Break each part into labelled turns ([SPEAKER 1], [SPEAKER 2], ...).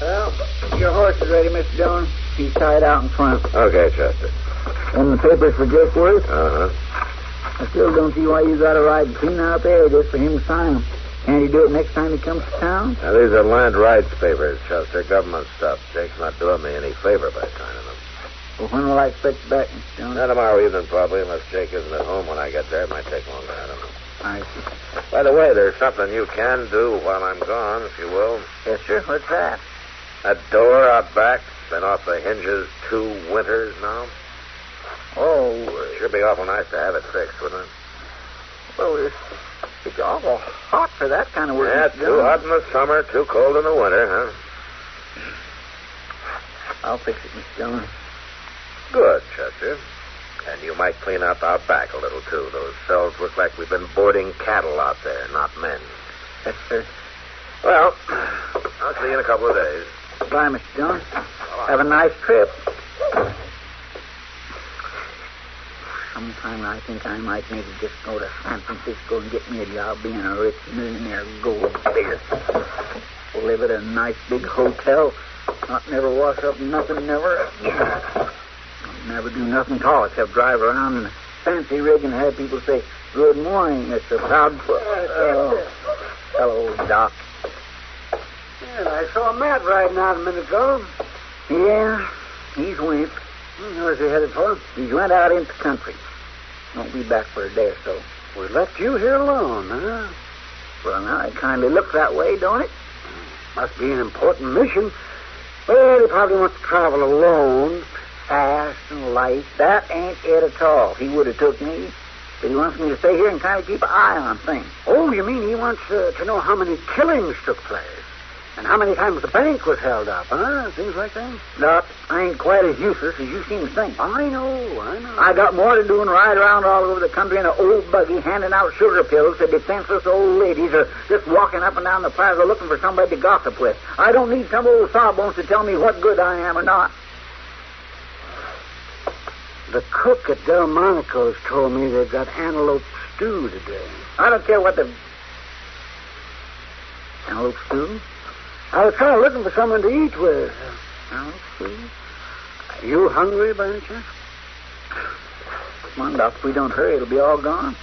[SPEAKER 1] Well, your horse is ready, Mr. Dillon. He's tied out in front.
[SPEAKER 2] Okay, Chester.
[SPEAKER 1] And the papers for Jeff Worth?
[SPEAKER 2] Uh huh.
[SPEAKER 1] I still don't see why you gotta ride clean out there just for him to sign 'em. Can't he do it next time he comes to town?
[SPEAKER 2] Now, these are land rights papers, Chester. Government stuff. Jake's not doing me any favor by signing them.
[SPEAKER 1] Well, when will I expect you back, Mr. Dillon?
[SPEAKER 2] Not tomorrow evening, probably, unless Jake isn't at home when I get there. It might take longer. I don't know.
[SPEAKER 1] I see.
[SPEAKER 2] By the way, there's something you can do while I'm gone, if you will.
[SPEAKER 1] Yes, sir. What's that?
[SPEAKER 2] That door out back's been off the hinges two winters now.
[SPEAKER 1] Oh,
[SPEAKER 2] It should be awful nice to have it fixed, wouldn't it?
[SPEAKER 1] well, it's, it's awful hot for that kind of work.
[SPEAKER 2] Yeah,
[SPEAKER 1] Mr.
[SPEAKER 2] too
[SPEAKER 1] Dillon.
[SPEAKER 2] hot in the summer, too cold in the winter, huh?
[SPEAKER 1] I'll fix it, Mr. Dillon.
[SPEAKER 2] Good, Chester. And you might clean up out back a little, too. Those cells look like we've been boarding cattle out there, not men.
[SPEAKER 1] Yes, sir.
[SPEAKER 2] Well, I'll see you in a couple of days.
[SPEAKER 1] Bye, Mr. Dillon. Have a nice trip. Sometime I think I might maybe just go to San Francisco and get me a job being a rich millionaire gold digger. Live at a nice big hotel. Not never wash up nothing never again. Never do nothing at all except drive around in a fancy rig and have people say, Good morning, Mr. Proudfoot. Oh, hello, Doc.
[SPEAKER 3] Yeah, I saw Matt riding out a minute ago.
[SPEAKER 1] Yeah, he's went.
[SPEAKER 3] Where's he headed for?
[SPEAKER 1] He went out into the country. Won't be back for a day or so.
[SPEAKER 3] We left you here alone, huh?
[SPEAKER 1] Well, now it kind of looks that way, don't it?
[SPEAKER 3] Must be an important mission. Well, he probably wants to travel alone.
[SPEAKER 1] Fast and light. That ain't it at all. He would have took me, but he wants me to stay here and kind of keep an eye on things.
[SPEAKER 3] Oh, you mean he wants uh, to know how many killings took place? And how many times the bank was held up, huh? Things like that?
[SPEAKER 1] Doc, I ain't quite as useless as you seem to think.
[SPEAKER 3] I know, I know.
[SPEAKER 1] I got more to do than ride around all over the country in an old buggy handing out sugar pills to defenseless old ladies or just walking up and down the plaza looking for somebody to gossip with. I don't need some old sawbones to tell me what good I am or not.
[SPEAKER 3] The cook at Delmonico's told me they've got antelope stew today.
[SPEAKER 1] I don't care what the. Antelope stew?
[SPEAKER 3] I was kind of looking for someone to eat with.
[SPEAKER 1] Antelope stew?
[SPEAKER 3] You hungry by any chance?
[SPEAKER 1] Come on, Doc. If we don't hurry, it'll be all gone.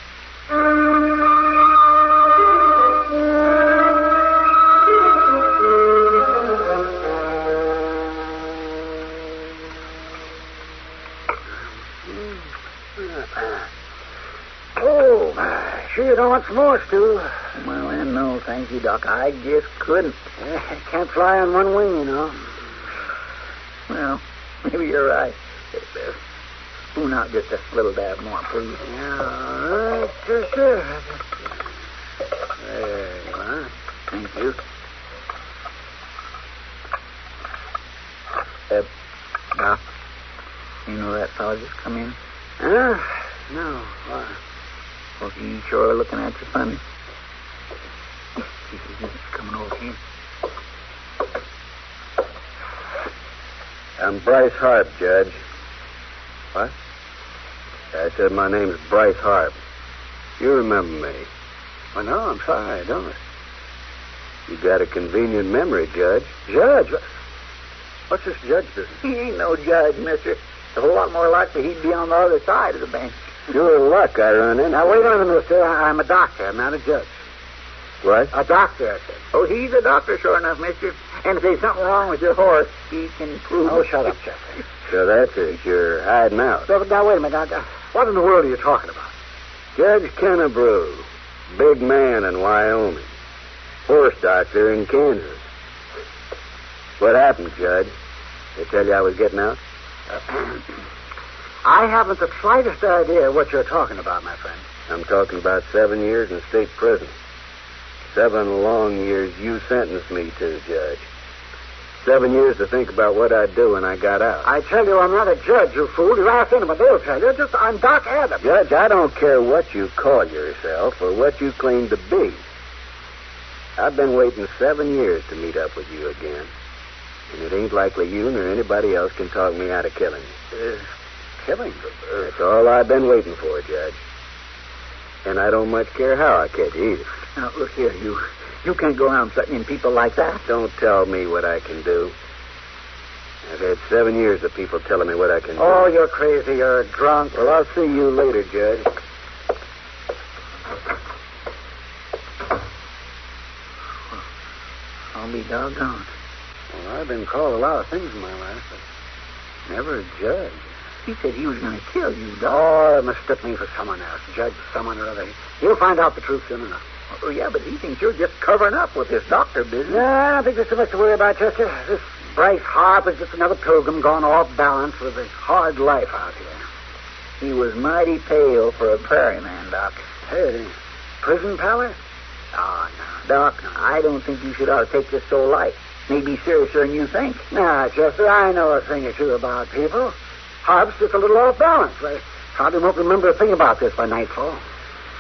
[SPEAKER 3] Hmm. Oh, sure you don't want some more, Stu.
[SPEAKER 1] Well, then, no, thank you, Doc. I just couldn't.
[SPEAKER 3] Can't fly on one wing, you know.
[SPEAKER 1] Well, maybe you're right. Uh, Spoon out just a little dab more, please.
[SPEAKER 3] Yeah, all right, sure, sure. There you are.
[SPEAKER 1] Thank you. Uh, Doc, you know that fella just come in?
[SPEAKER 3] Huh? Uh, No. Why?
[SPEAKER 1] Well, he sure looking at you funny. He's coming over here.
[SPEAKER 2] I'm Bryce Harp, Judge. What? I said my name's Bryce Harp. You remember me.
[SPEAKER 3] Well, no, I'm sorry, I don't.
[SPEAKER 2] You got a convenient memory, Judge.
[SPEAKER 3] Judge? What's this judge business?
[SPEAKER 1] He ain't no judge, mister. It's a whole lot more likely he'd be on the other side of the bench.
[SPEAKER 2] Sure luck I run in.
[SPEAKER 3] Now, wait a minute, mister. I- I'm a doctor. I'm not a judge.
[SPEAKER 2] What?
[SPEAKER 1] A doctor, I said. Oh, he's a doctor, sure enough, mister. And if there's something wrong with your horse, he can prove
[SPEAKER 3] Oh,
[SPEAKER 1] it.
[SPEAKER 3] shut up, Jeffrey.
[SPEAKER 2] So that's it. You're hiding out.
[SPEAKER 3] Now, now, wait a minute. Now, what in the world are you talking about?
[SPEAKER 2] Judge Kennebrew, big man in Wyoming, horse doctor in Kansas. What happened, Judge? They tell you I was getting out?
[SPEAKER 3] I haven't the slightest idea what you're talking about, my friend.
[SPEAKER 2] I'm talking about seven years in state prison. Seven long years you sentenced me to, Judge. Seven years to think about what I'd do when I got out.
[SPEAKER 3] I tell you, I'm not a judge, you fool. You ask anybody, they'll tell you. Just, I'm Doc Adams.
[SPEAKER 2] Judge, I don't care what you call yourself or what you claim to be. I've been waiting seven years to meet up with you again. And it ain't likely you nor anybody else can talk me out of killing you.
[SPEAKER 3] Uh, killing.
[SPEAKER 2] That's all I've been waiting for, Judge. And I don't much care how I catch you either.
[SPEAKER 1] Now, look here, you. You can't go around threatening people like that.
[SPEAKER 2] Don't tell me what I can do. I've had seven years of people telling me what I can do.
[SPEAKER 3] Oh, you're crazy. You're drunk.
[SPEAKER 2] Well, I'll see you later, Judge.
[SPEAKER 1] I'll be doggone.
[SPEAKER 2] Well, I've been called a lot of things in my life, but never a judge.
[SPEAKER 1] He said he was going to kill you, dog.
[SPEAKER 3] Oh, mistook me for someone else. Judge, someone or other. You'll find out the truth soon enough.
[SPEAKER 1] Oh, yeah, but he thinks you're just covering up with this doctor
[SPEAKER 3] No,
[SPEAKER 1] business.
[SPEAKER 3] I don't think there's so much to worry about, Chester. This Bryce Harp is just another pilgrim gone off balance with a hard life out here.
[SPEAKER 1] He was mighty pale for a prairie man, Doc.
[SPEAKER 3] Hey, it is. prison palace?
[SPEAKER 1] Oh, no. Doc, I don't think you should ought to take this so light. Maybe seriouser than you think.
[SPEAKER 3] Now, Chester, I know a thing or two about people. Harp's just a little off balance. I probably won't remember a thing about this by nightfall.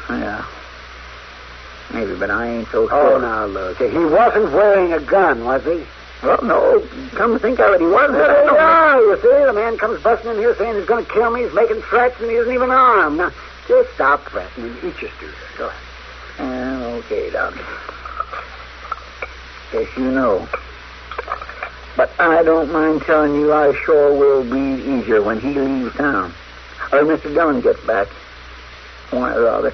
[SPEAKER 1] Yeah. Maybe, but I ain't so
[SPEAKER 3] Oh,
[SPEAKER 1] sure.
[SPEAKER 3] now look, he wasn't wearing a gun, was he?
[SPEAKER 1] Well, no. Come to think of it, he wasn't.
[SPEAKER 3] There they are, you see. The man comes busting in here saying he's going to kill me. He's making threats, and he isn't even armed. Now, just stop threatening. Eat your stew. Go ahead.
[SPEAKER 1] Yeah, Ah, okay, Doc. Guess you know. But I don't mind telling you I sure will breathe easier when he leaves town. Or Mr. Dillon gets back. One or the other.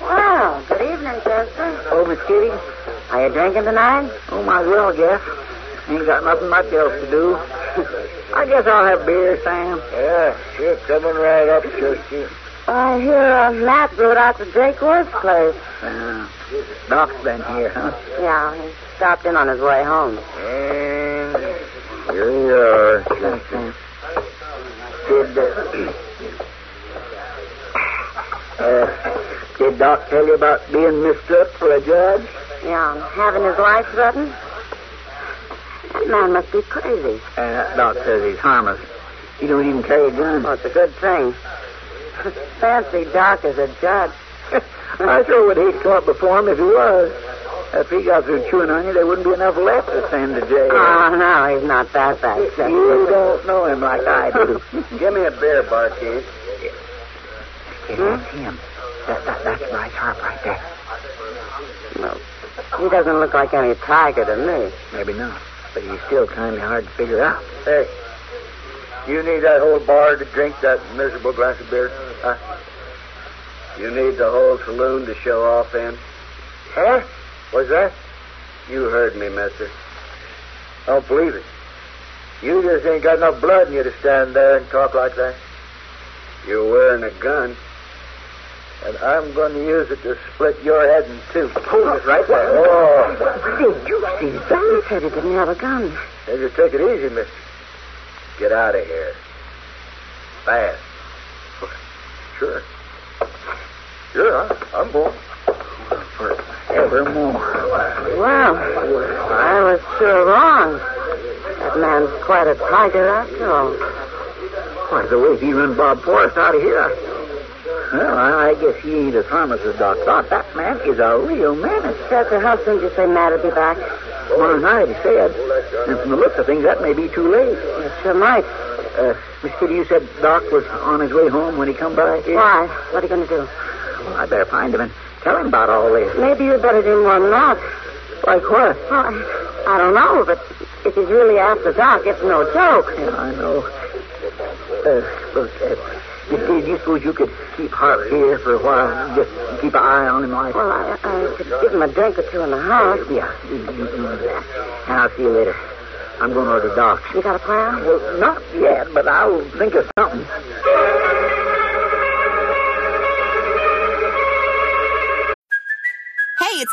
[SPEAKER 4] Well, good evening, Chester.
[SPEAKER 1] Oh, Miss Kitty?
[SPEAKER 4] Are you drinking tonight?
[SPEAKER 1] Oh, might as well, Jeff. Ain't got nothing much else to do. I guess I'll have beer, Sam.
[SPEAKER 2] Yeah, sure. Coming right up, Chester.
[SPEAKER 4] I hear a map wrote out to Drake Ward's place.
[SPEAKER 1] Uh, Doc's been here, huh?
[SPEAKER 4] Yeah, he stopped in on his way home.
[SPEAKER 2] And here you are, Chester.
[SPEAKER 1] Did, uh, uh, did Doc tell you about being mistook for a judge?
[SPEAKER 4] Yeah, having his life threatened. That man must be crazy.
[SPEAKER 1] Uh, Doc says he's harmless. He don't even carry a gun.
[SPEAKER 4] Well, it's a good thing. Fancy Doc is a judge.
[SPEAKER 1] I sure would hate caught before him if he was. If he got through chewing on you, there wouldn't be enough left to send to jail.
[SPEAKER 2] Ah.
[SPEAKER 4] Oh, no, he's not that bad, Chester.
[SPEAKER 1] you don't know him like I do.
[SPEAKER 2] Give me a beer, barkeep.
[SPEAKER 1] It was him. Hmm? That, that, that's Bryce Harp right there.
[SPEAKER 4] No, he doesn't look like any tiger to me.
[SPEAKER 1] Maybe not, but he's still kind of hard to figure out.
[SPEAKER 2] Hey, you need that whole bar to drink that miserable glass of beer? Huh? You need the whole saloon to show off in? Huh? What's that? You heard me, mister. Don't believe it. You just ain't got enough blood in you to stand there and talk like that. You're wearing a gun. and I'm going to use it to split your head in two.
[SPEAKER 1] Hold it right there.
[SPEAKER 2] Oh,
[SPEAKER 4] Did you see that? I said he didn't have a gun.
[SPEAKER 2] then you take it easy, mister. Get out of here. Fast. Sure. Sure, I- I'm going.
[SPEAKER 1] Evermore.
[SPEAKER 4] Well, I was sure wrong. That man's quite a tiger after all.
[SPEAKER 1] Why, the way he run Bob Forrest out of here. Well, I I guess he ain't as harmless as Doc thought. That man is a real menace.
[SPEAKER 4] Doctor, how soon do you say Matt'll be back?
[SPEAKER 1] Tomorrow night, he said. And from the looks of things, that may be too late.
[SPEAKER 4] You sure might.
[SPEAKER 1] Uh, Miss Kitty, you said Doc was on his way home when he come by here?
[SPEAKER 4] Why? What are you going to do?
[SPEAKER 1] Well, I better find him and tell him about all this.
[SPEAKER 4] Maybe you better do more than that.
[SPEAKER 1] Like what?
[SPEAKER 4] Well, I, I don't know, but if he's really after Doc, it's no joke.
[SPEAKER 1] Yeah, I know. Uh, look, uh, you see, do you suppose you could keep Hart here for a while? Just keep an eye on him like
[SPEAKER 4] Well, I, I could give him a drink or two in the house.
[SPEAKER 1] Yeah, you, you do that. And I'll see you later. I'm going over to Doc's.
[SPEAKER 4] You got a plan?
[SPEAKER 1] Well, not yet, but I'll think of something.
[SPEAKER 5] Hey, it's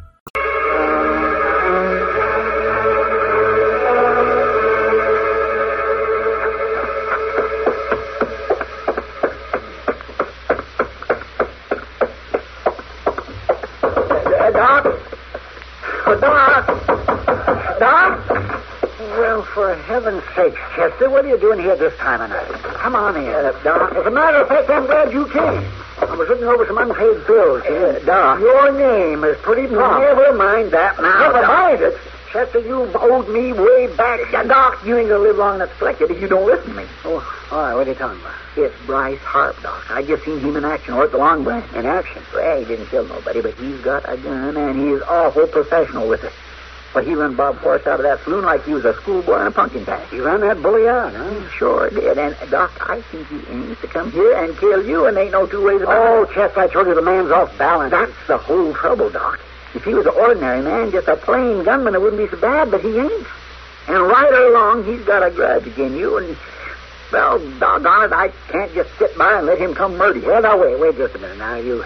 [SPEAKER 1] Uh, Doc? Oh, Doc? Doc? Well, for heaven's sake, Chester, what are you doing here this time of night? Come on in. Uh, Doc. As a matter of fact, I'm glad you came. I was looking over some unpaid bills. Uh, Doc. Your name is pretty prompt. Never mind that now. Never mind it. Chester, you've owed me way back. Uh, Doc, you ain't gonna live long enough to collect it if you don't listen to me. Oh, all right, what are you talking about? It's Bryce Harp, Doc. I just seen him in action over at the Long Branch. In action? Well, he didn't kill nobody, but he's got a gun, and he is awful professional with it. Well, he run Bob Forrest out of that saloon like he was a schoolboy in a pumpkin patch. He ran that bully out, huh? He sure did. And, Doc, I think he aims to come here and kill you, and ain't no two ways about it. Oh, Chester, I told you the man's off balance. That's the whole trouble, Doc. If he was an ordinary man, just a plain gunman, it wouldn't be so bad, but he ain't. And right or wrong, he's got a grudge against you, and, well, doggone it, I can't just sit by and let him come murder you. Well, now, wait, wait just a minute. Now, you...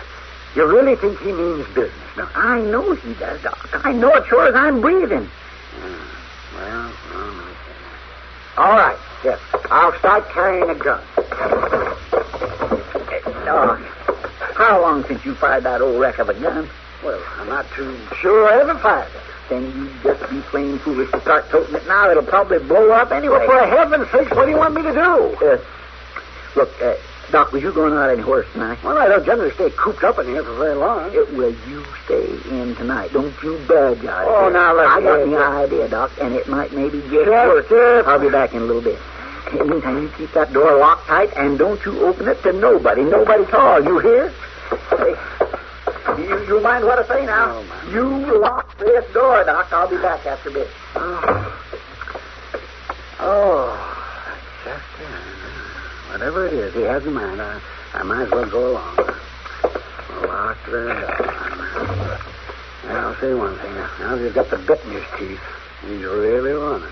[SPEAKER 1] You really think he means business? Now, I know he does, Doc. I know it sure as I'm breathing. Hmm. Well, well, all right, yes. I'll start carrying a gun. Hey, Doc, how long since you fired that old wreck of a gun? Well, I'm not too sure I ever fired it. Then you'd just be plain foolish to start toting it now. It'll probably blow up anyway. for heaven's sake, what do you want me to do? Uh, Look, uh, Doc, was you going out any horse tonight? Well, I don't generally stay cooped up in here for very long. will you stay in tonight? Don't you budge out
[SPEAKER 4] Oh, now, look,
[SPEAKER 1] I got
[SPEAKER 4] uh,
[SPEAKER 1] the idea, Doc, and it might maybe get worse. I'll be back in a little bit. In the meantime, you keep that door locked tight, and don't you open it to nobody. Nobody at all. You hear? Hey, you, you mind what I say now? you lock this door, Doc. I'll be back after a bit.
[SPEAKER 3] Oh, Chester. Whatever it is he has in mind, I, I might as well go along. Lock the door. Now, I'll say one thing. Now he's got the bit in his teeth. He's really running.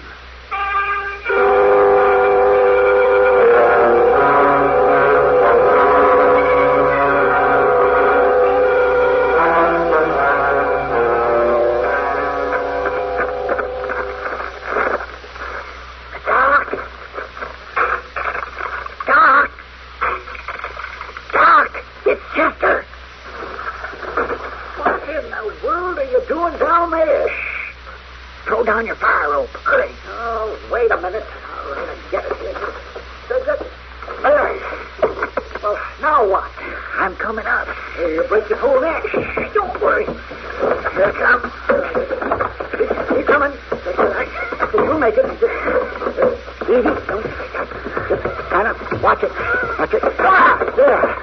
[SPEAKER 1] Doc! Doc! Doc! It's Chester! What in the world are you doing down there? Shh! Throw down your fire rope. Hurry. Oh, wait a minute. All right, I get it. Does it? There. Well, now what? I'm coming up. Hey, you break your whole neck. Shh, don't worry. Here it comes. He's coming. You'll make it. Easy. Don't just kind of watch it. Watch it. Ah, there.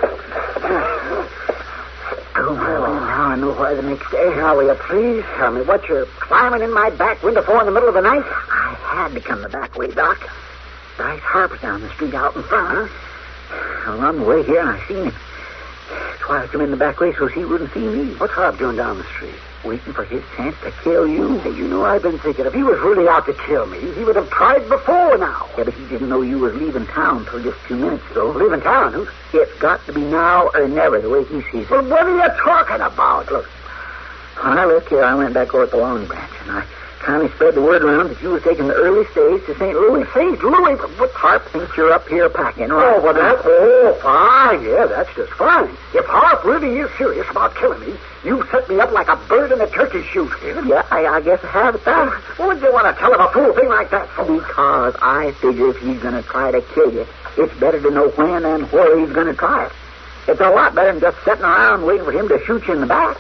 [SPEAKER 1] Oh, well, now I know by the next day. Now, will you please tell me what you're climbing in my back window for in the middle of the night? I had to come the back way, Doc. Dice Harper's down the street out in front. Huh? Well, I'm way here and I seen him. That's why I come in the back way so he wouldn't see me. What's Harp doing down the street? Waiting for his chance to kill you. Hey, you know I've been thinking if he was really out to kill me, he would have tried before now. Yeah, but he didn't know you were leaving town till just a few minutes ago. Leaving town? Who? It's got to be now or never, the way he sees it. Well, what are you talking about? Look, when I left here, I went back over at the Long Branch, and I kind of spread the word around that you were taking the early stage to St. Louis. St. Louis? What Harp thinks you're up here packing, right? Oh, well, that's... Oh, fine. Yeah, that's just fine. If Harp really is serious about killing me, you've set me up like a bird in a turkey shoot. Yeah, I, I guess I have at that. Why would you want to tell him a fool thing like that for? Because I figure if he's going to try to kill you, it's better to know when and where he's going to try it. It's a lot better than just sitting around waiting for him to shoot you in the back.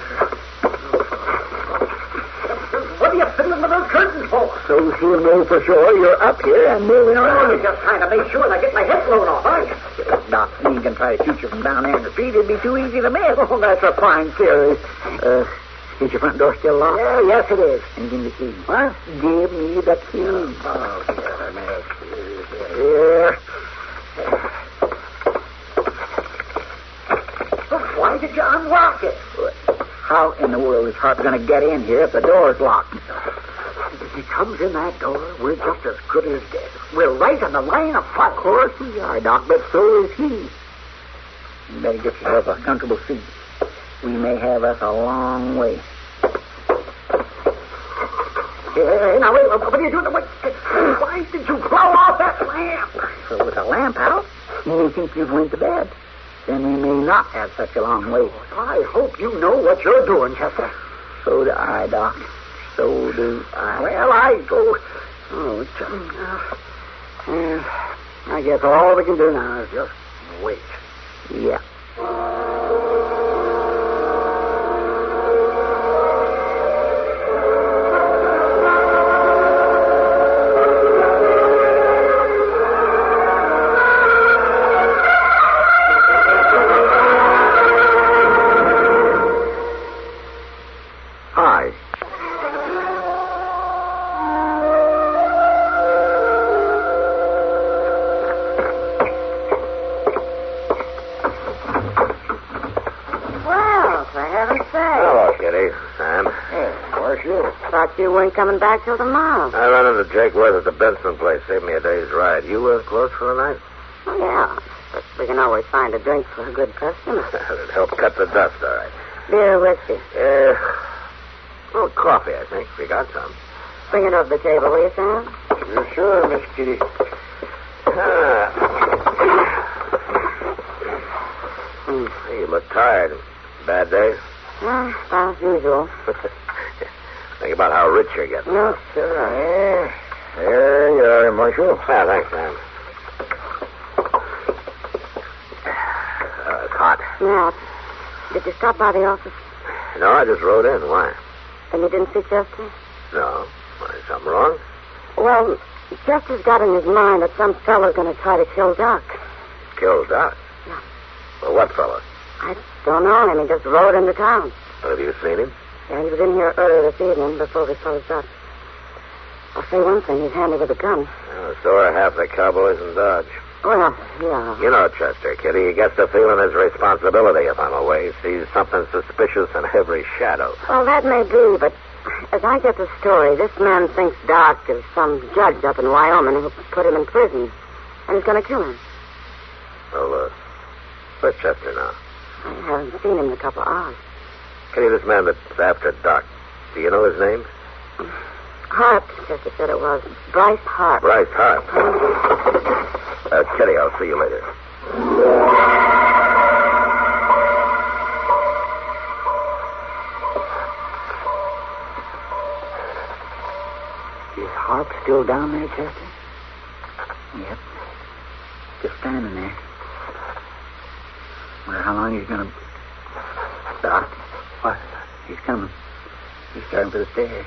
[SPEAKER 1] What are you fiddling with those curtains for? So he'll know for sure you're up here and moving around. You're just trying to make sure I get my head blown off, aren't you? If Doc Dean can try to shoot you from down there in the street, it'd be too easy to miss. Oh, that's a fine theory. Uh, is your front door still locked? Yeah, yes, it is. And give me the key. What? Give me the key. Oh, yeah, Why did you unlock it? How in the world is Hart going to get in here if the door's locked? If he comes in that door, we're just as good as dead. We're right on the line of fire. Of course we are, Doc, but so is he. You better get yourself a comfortable seat. We may have us a long way. Hey, now, wait, what are you doing? Wait, why did you blow off that lamp? So with a lamp out, you may think you've went to bed then we may not have such a long wait. I hope you know what you're doing, Chester. So do I, Doc. So do I. Well, I go. Oh, it's, uh, uh, I guess all we can do now is just wait. Yeah.
[SPEAKER 2] Hi.
[SPEAKER 4] Well, for heaven's sake.
[SPEAKER 2] Hello, Kitty. Sam.
[SPEAKER 4] Hey,
[SPEAKER 2] where's you?
[SPEAKER 4] Thought you weren't coming back till tomorrow.
[SPEAKER 2] I ran into Jake Worth at the Benson place. Saved me a day's ride. You were close for the night?
[SPEAKER 4] Oh, yeah. But we can always find a drink for a good customer.
[SPEAKER 2] it helped cut the dust, all right.
[SPEAKER 4] Beer or whiskey.
[SPEAKER 2] Uh, well, coffee, I think. We got some.
[SPEAKER 4] Bring it over the table, will you, Sam?
[SPEAKER 2] You sure, Miss Kitty? Ah. Hmm, you look tired. Bad day?
[SPEAKER 4] Yeah, about Ah, as usual.
[SPEAKER 2] think about how rich you're getting.
[SPEAKER 4] No, sure.
[SPEAKER 2] Yeah. There you are, Marshal. Yeah, Ah, thanks, man. Uh, it's hot.
[SPEAKER 4] Now, did you stop by the office
[SPEAKER 2] No, I just rode in. Why?
[SPEAKER 4] and you didn't see Chester?
[SPEAKER 2] No. Why, something wrong?
[SPEAKER 4] Well, Chester's got in his mind that some fellow's going to try to kill Doc.
[SPEAKER 2] Killed Doc.
[SPEAKER 4] Yeah.
[SPEAKER 2] Well, what fella?
[SPEAKER 4] I don't know him. He just rode into town.
[SPEAKER 2] Have you seen him?
[SPEAKER 4] Yeah, he was in here earlier this evening before we closed up. I'll say one thing. He's handy with a gun.
[SPEAKER 2] Oh, so are half the cowboys in Dodge.
[SPEAKER 4] Well, yeah.
[SPEAKER 2] You know, Chester, Kitty, he gets the feeling his responsibility if I'm away. Sees something suspicious in every shadow.
[SPEAKER 4] Well, that may be, but as I get the story, this man thinks Doc is some judge up in Wyoming who put him in prison, and he's going to kill him.
[SPEAKER 2] Well, uh, where's Chester now?
[SPEAKER 4] I haven't seen him in a couple of hours.
[SPEAKER 2] Kitty, this man that's after Doc, do you know his name?
[SPEAKER 4] Harp, Chester said it was. Bryce Harp.
[SPEAKER 2] Bryce Hart. Uh, Kitty, I'll see you later.
[SPEAKER 1] Is Harp still down there, Chester? Yep. Just standing there. Wonder how long he's gonna Doc. What? He's coming. He's starting for the stairs.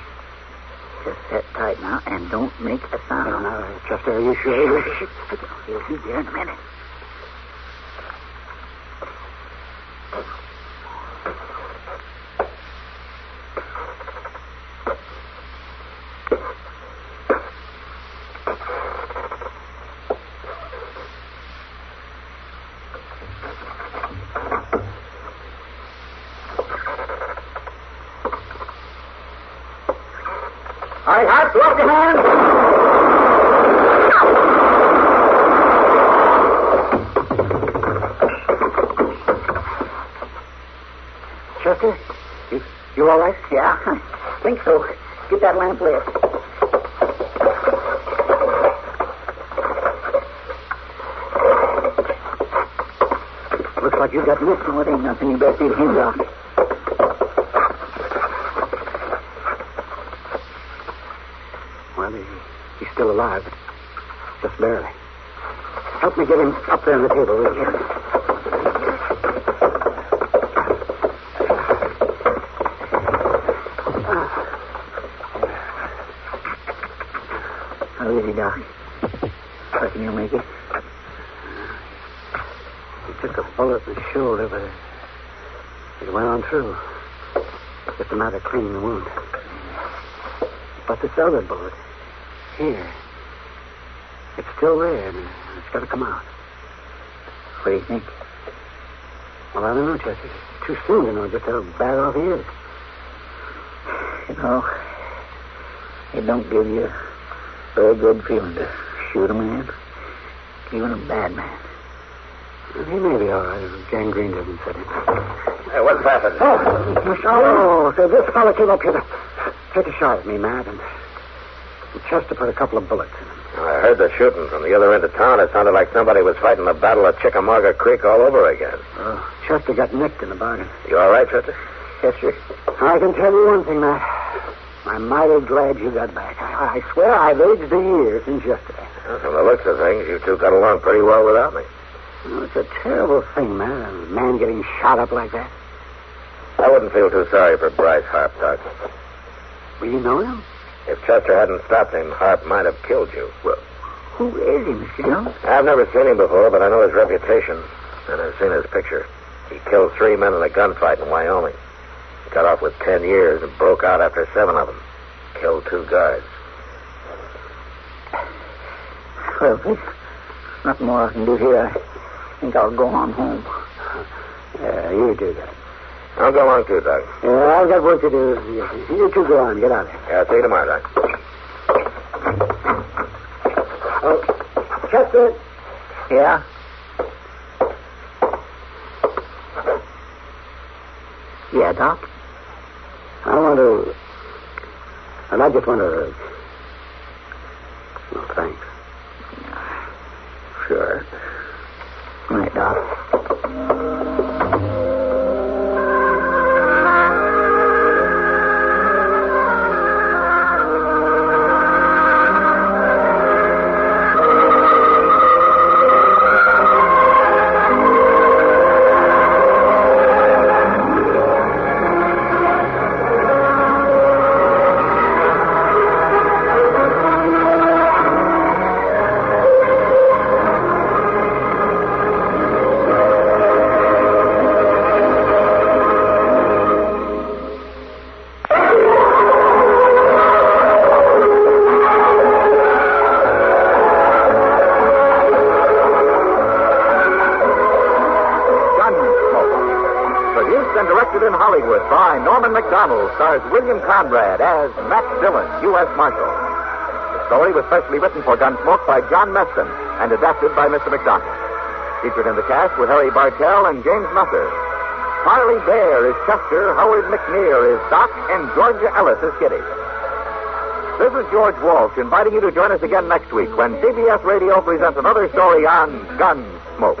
[SPEAKER 1] Just sit tight now and don't make a sound. No, no, Chester, are you sure? He'll be there in a minute. I have to your hand. Chester, you, you all right?
[SPEAKER 6] Yeah, I think so. Get that lamp lit.
[SPEAKER 1] Looks like you got nipped.
[SPEAKER 6] No, it ain't nothing. You bet these him Doc.
[SPEAKER 1] Well, he, he's still alive, but just barely. Help me get him up there on the table, will you?
[SPEAKER 6] How is he, Doc? Reckon he'll make it.
[SPEAKER 1] He took a bullet in the shoulder, but it went on through. Just a matter of cleaning the wound. But this other bullet, here, it's still there, and it's got to come out.
[SPEAKER 6] What do you think?
[SPEAKER 1] Well, I don't know, Chester. It's too soon to know just how bad off he is.
[SPEAKER 6] You know, it don't give you a very good feeling to shoot a man, even a bad man.
[SPEAKER 1] And he may be all right if gangrene doesn't set in.
[SPEAKER 7] Hey, what's happened?
[SPEAKER 1] Oh, oh, so this fellow came up here to take a shot at me, Matt, and, and Chester put a couple of bullets in him.
[SPEAKER 7] I heard the shooting from the other end of town. It sounded like somebody was fighting the Battle of Chickamauga Creek all over again.
[SPEAKER 1] Oh, Chester got nicked in the bargain.
[SPEAKER 7] You all right, Chester? Yes, sir.
[SPEAKER 1] I can tell you one thing, Matt. I'm mighty glad you got back. I, I swear I've aged a year since yesterday.
[SPEAKER 7] from the looks of things, you two got along pretty well without me.
[SPEAKER 1] Oh, it's a terrible thing, Matt, a man getting shot up like that.
[SPEAKER 7] I wouldn't feel too sorry for Bryce Harp, Doc.
[SPEAKER 1] Well, you know him?
[SPEAKER 7] If Chester hadn't stopped him, Harp might have killed you. Well,
[SPEAKER 1] Who is he, Mr. Jones?
[SPEAKER 7] I've never seen him before, but I know his reputation, and I've seen his picture. He killed three men in a gunfight in Wyoming. He got off with ten years and broke out after seven of them. Killed two guards.
[SPEAKER 6] Well, there's nothing more I can do here. I think I'll go on home.
[SPEAKER 1] Yeah, Uh, you do that.
[SPEAKER 7] I'll go along too, Doc.
[SPEAKER 1] Yeah, I've got work to do. You- You two go on. Get out of here.
[SPEAKER 7] Yeah, I'll see you tomorrow, Doc.
[SPEAKER 1] Oh, Chester,
[SPEAKER 6] Yeah? Yeah, Doc?
[SPEAKER 1] I want to. And I just want to. Well, thanks.
[SPEAKER 6] Sure. Right, Doc.
[SPEAKER 2] Gunsmoke. Produced and directed in Hollywood by Norman McDonald, stars William Conrad as Matt Dillon, U.S. Marshal. The story was specially written for Gunsmoke by John Meston and adapted by Mr. McDonald. Featured in the cast were Harry Bartell and James Nutter. Harley Bear is Chester, Howard McNear is Doc, and Georgia Ellis is Kitty. This is George Walsh inviting you to join us again next week when CBS Radio presents another story on Gunsmoke.